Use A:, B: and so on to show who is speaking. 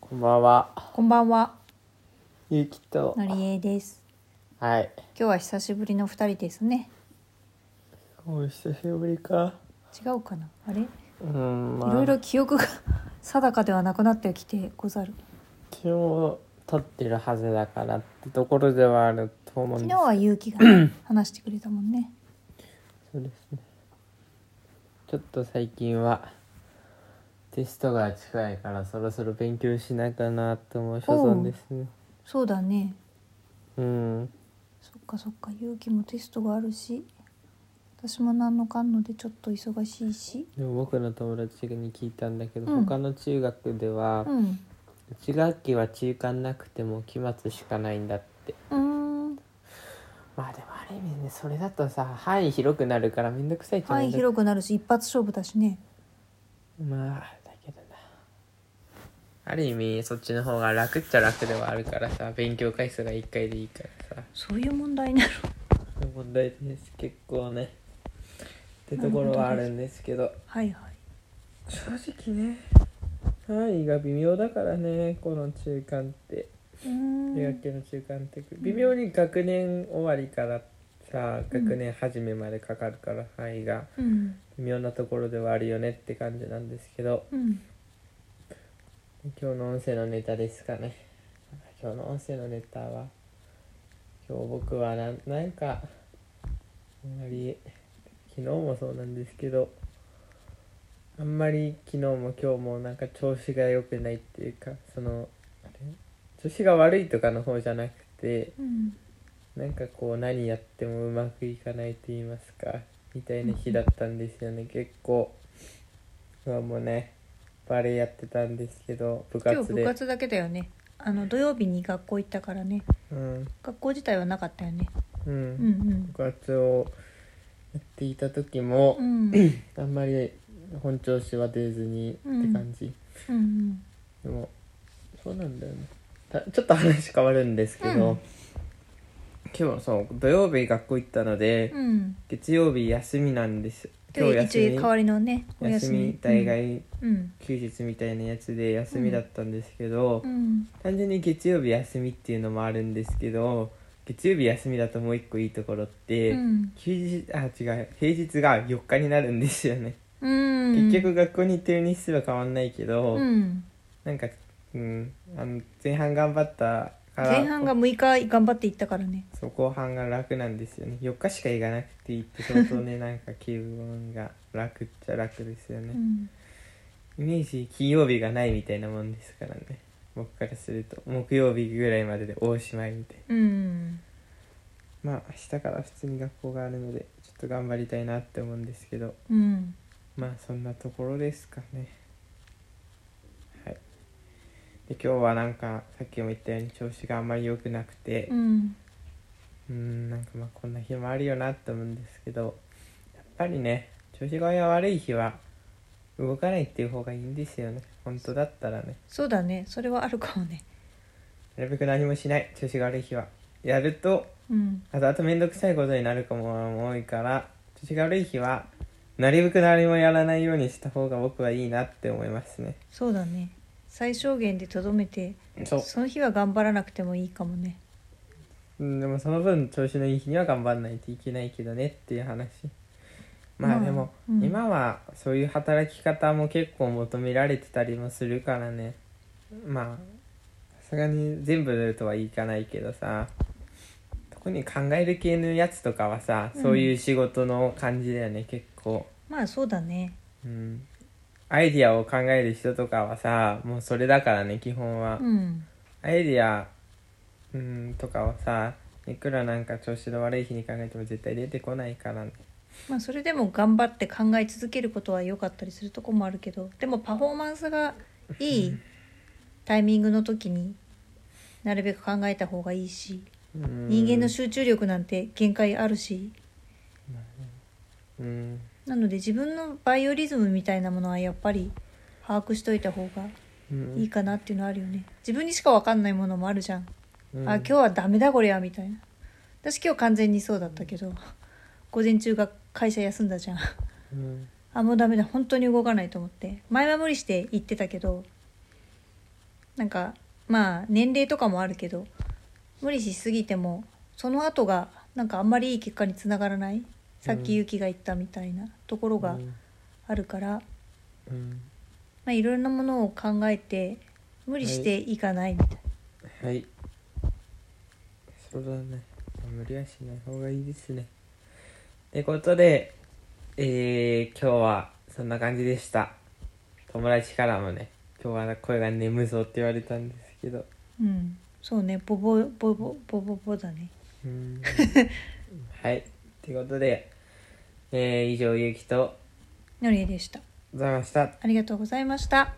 A: こんばんは。
B: こんばんは、
A: ゆきと。
B: のりえです。
A: はい。
B: 今日は久しぶりの二人ですね。
A: お久しぶりか。
B: 違うかな、あれ、い
A: うん、まあ。
B: ろいろ記憶が 定かではなくなってきてござる。
A: 昨日撮ってるはずだからってところではあると思うん
B: 昨
A: で
B: 日
A: す。
B: は勇 気がね話してくれたもんね。
A: そうですね。ちょっと最近は。テストが近いから、そろ所々勉強しなきゃなと思う所存ですね。
B: そうだね。
A: うん。
B: そっかそっか、勇気もテストがあるし。私も何のかんのでちょっと忙しいし。
A: でも僕の友達に聞いたんだけど、
B: うん
A: 他の中学では、
B: うん。
A: 1学期は中間なくても期末しかないんだって
B: うーん。
A: まあでもある意味ねそれだとさ範囲広くなるからめんどくさいっちゃ
B: 範
A: めん
B: 囲
A: どく
B: 広くなるし、一発勝負だしね。
A: まあだけどなある意味そっちの方が楽っちゃ楽ではあるからさ勉強回数が1回でいいからさ
B: そういう問題になる。
A: そういう問題です結構ねってところはあるんですけど
B: はいはい。
A: 正直ね範囲が微妙だからねこの中間って
B: うーん。
A: 中学期の中間って微妙に学年終わりからさ
B: うん
A: 学年初めまでかかるから範囲が
B: うん。
A: 微妙なところではあるよねって感じなんですけど
B: うん。
A: 今日の音声のネタですかね今日の音声のネタは今日僕はなんなんかあんまり昨日もそうなんですけどあんまり昨日も今日もなんか調子が良くないっていうかそのあれ調子が悪いとかの方じゃなくて
B: うん。
A: なんかこう何やってもうまくいかないと言いますかみたいな日だったんですよね結構今もうねバレエやってたんですけど部
B: 今
A: 活
B: 日
A: で
B: 部活だけだよねあの土曜日に学校行ったからね
A: うん
B: 学校自体はなかったよね
A: うん、
B: うんうん
A: 部活をやっていた時も
B: う、んうん
A: あんまり本調子は出ずにって感じ、
B: うん
A: でもそうなんだよねたちょっと話変わるんですけど、
B: うん
A: 今日そう土曜日学校行ったので、
B: うん
A: 月曜日休みなんです
B: 今日一応代わりのねお
A: 休
B: 休み
A: み大概
B: うん
A: 休日みたいなやつで休みだったんですけど、
B: うん
A: 単純に月曜日休みっていうのもあるんですけど月曜日休みだともう一個いいところっ
B: う
A: て、
B: ん
A: 休日あ違う平日が4日になるんですよね、
B: うん
A: 結局学校に行ってる日数は変わんないけど、
B: うん
A: なんか、うん、あの前半頑張ったから
B: 前半が6日頑張って行ったからね
A: そう後半が楽なんですよね4日しか行かなくていいって相当ねなんか気分が楽っちゃ楽ですよね、
B: うん
A: イメージ金曜日がないみたいなもんですからね僕からすると木曜日ぐらいまでで大しまいみたい
B: うん
A: なまあ明日から普通に学校があるのでちょっと頑張りたいなって思うんですけど
B: うん
A: まあそんなところですかねはいで今日はなんかさっきも言ったように調子があんまり良くなくて
B: うん
A: うーんなんかまあこんな日もあるよなって思うんですけどやっぱりね調子が悪い日は動かないっていう方がいいんですよね本当だったらね
B: そうだねそれはあるかもね
A: なるべく何もしない調子が悪い日はやると
B: うん
A: あとあと面倒くさいことになるかも多いから調子が悪い日はなるべく何もやらないようにした方が僕はいいなって思いますね
B: そうだね最小限でとどめて
A: そう
B: その日は頑張らなくてもいいかもね
A: うんでもその分調子のいい日には頑張んないといけないけどねっていう話まあ
B: まあ
A: でも、
B: うん
A: 今はそういう働き方も結構求められてたりもするからねまあさすがに全部とはいかないけどさ特に考える系のやつとかはさ
B: うん
A: そういう仕事の感じだよね、結構、
B: まあそうだね
A: うん、アイディアを考える人とかはさもうそれだからね基本は、
B: うん
A: アイディアうんとかはさいくらなんか調子の悪い日に考えても絶対出てこないからね
B: まあ、それでも頑張って考え続けることは良かったりするとこもあるけどでもパフォーマンスがいいタイミングの時になるべく考えた方がいいし
A: うん
B: 人間の集中力なんて限界あるし
A: うん
B: なので自分のバイオリズムみたいなものはやっぱり把握しといた方が
A: うん
B: いいかなっていうのはあるよね自分にしか分かんないものもあるじゃん、
A: うん
B: あ今日はダメだこりゃみたいな私今日完全にそうだったけど午前中が会社休んだじゃん
A: うん
B: あもうダメだ本当に動かないと思って前は無理して行ってたけどなんかまあ年齢とかもあるけど無理しすぎてもその後がなんかあんまりいい結果につながらないさっきゆきが言ったみたいなところが
A: うん
B: あるから、ま
A: うん
B: あ、いろんなものを考えて無理していかないみたいな、
A: はいそうだね無理はしない方がいいですねってことでえー、今日はそんな感じでした友達からもね今日は声が眠そうって言われたんですけど
B: うんそうねボボボボボボボだね
A: うーん はいってことでえー、以上ゆうきと
B: のりえでした
A: ございました
B: ありがとうございました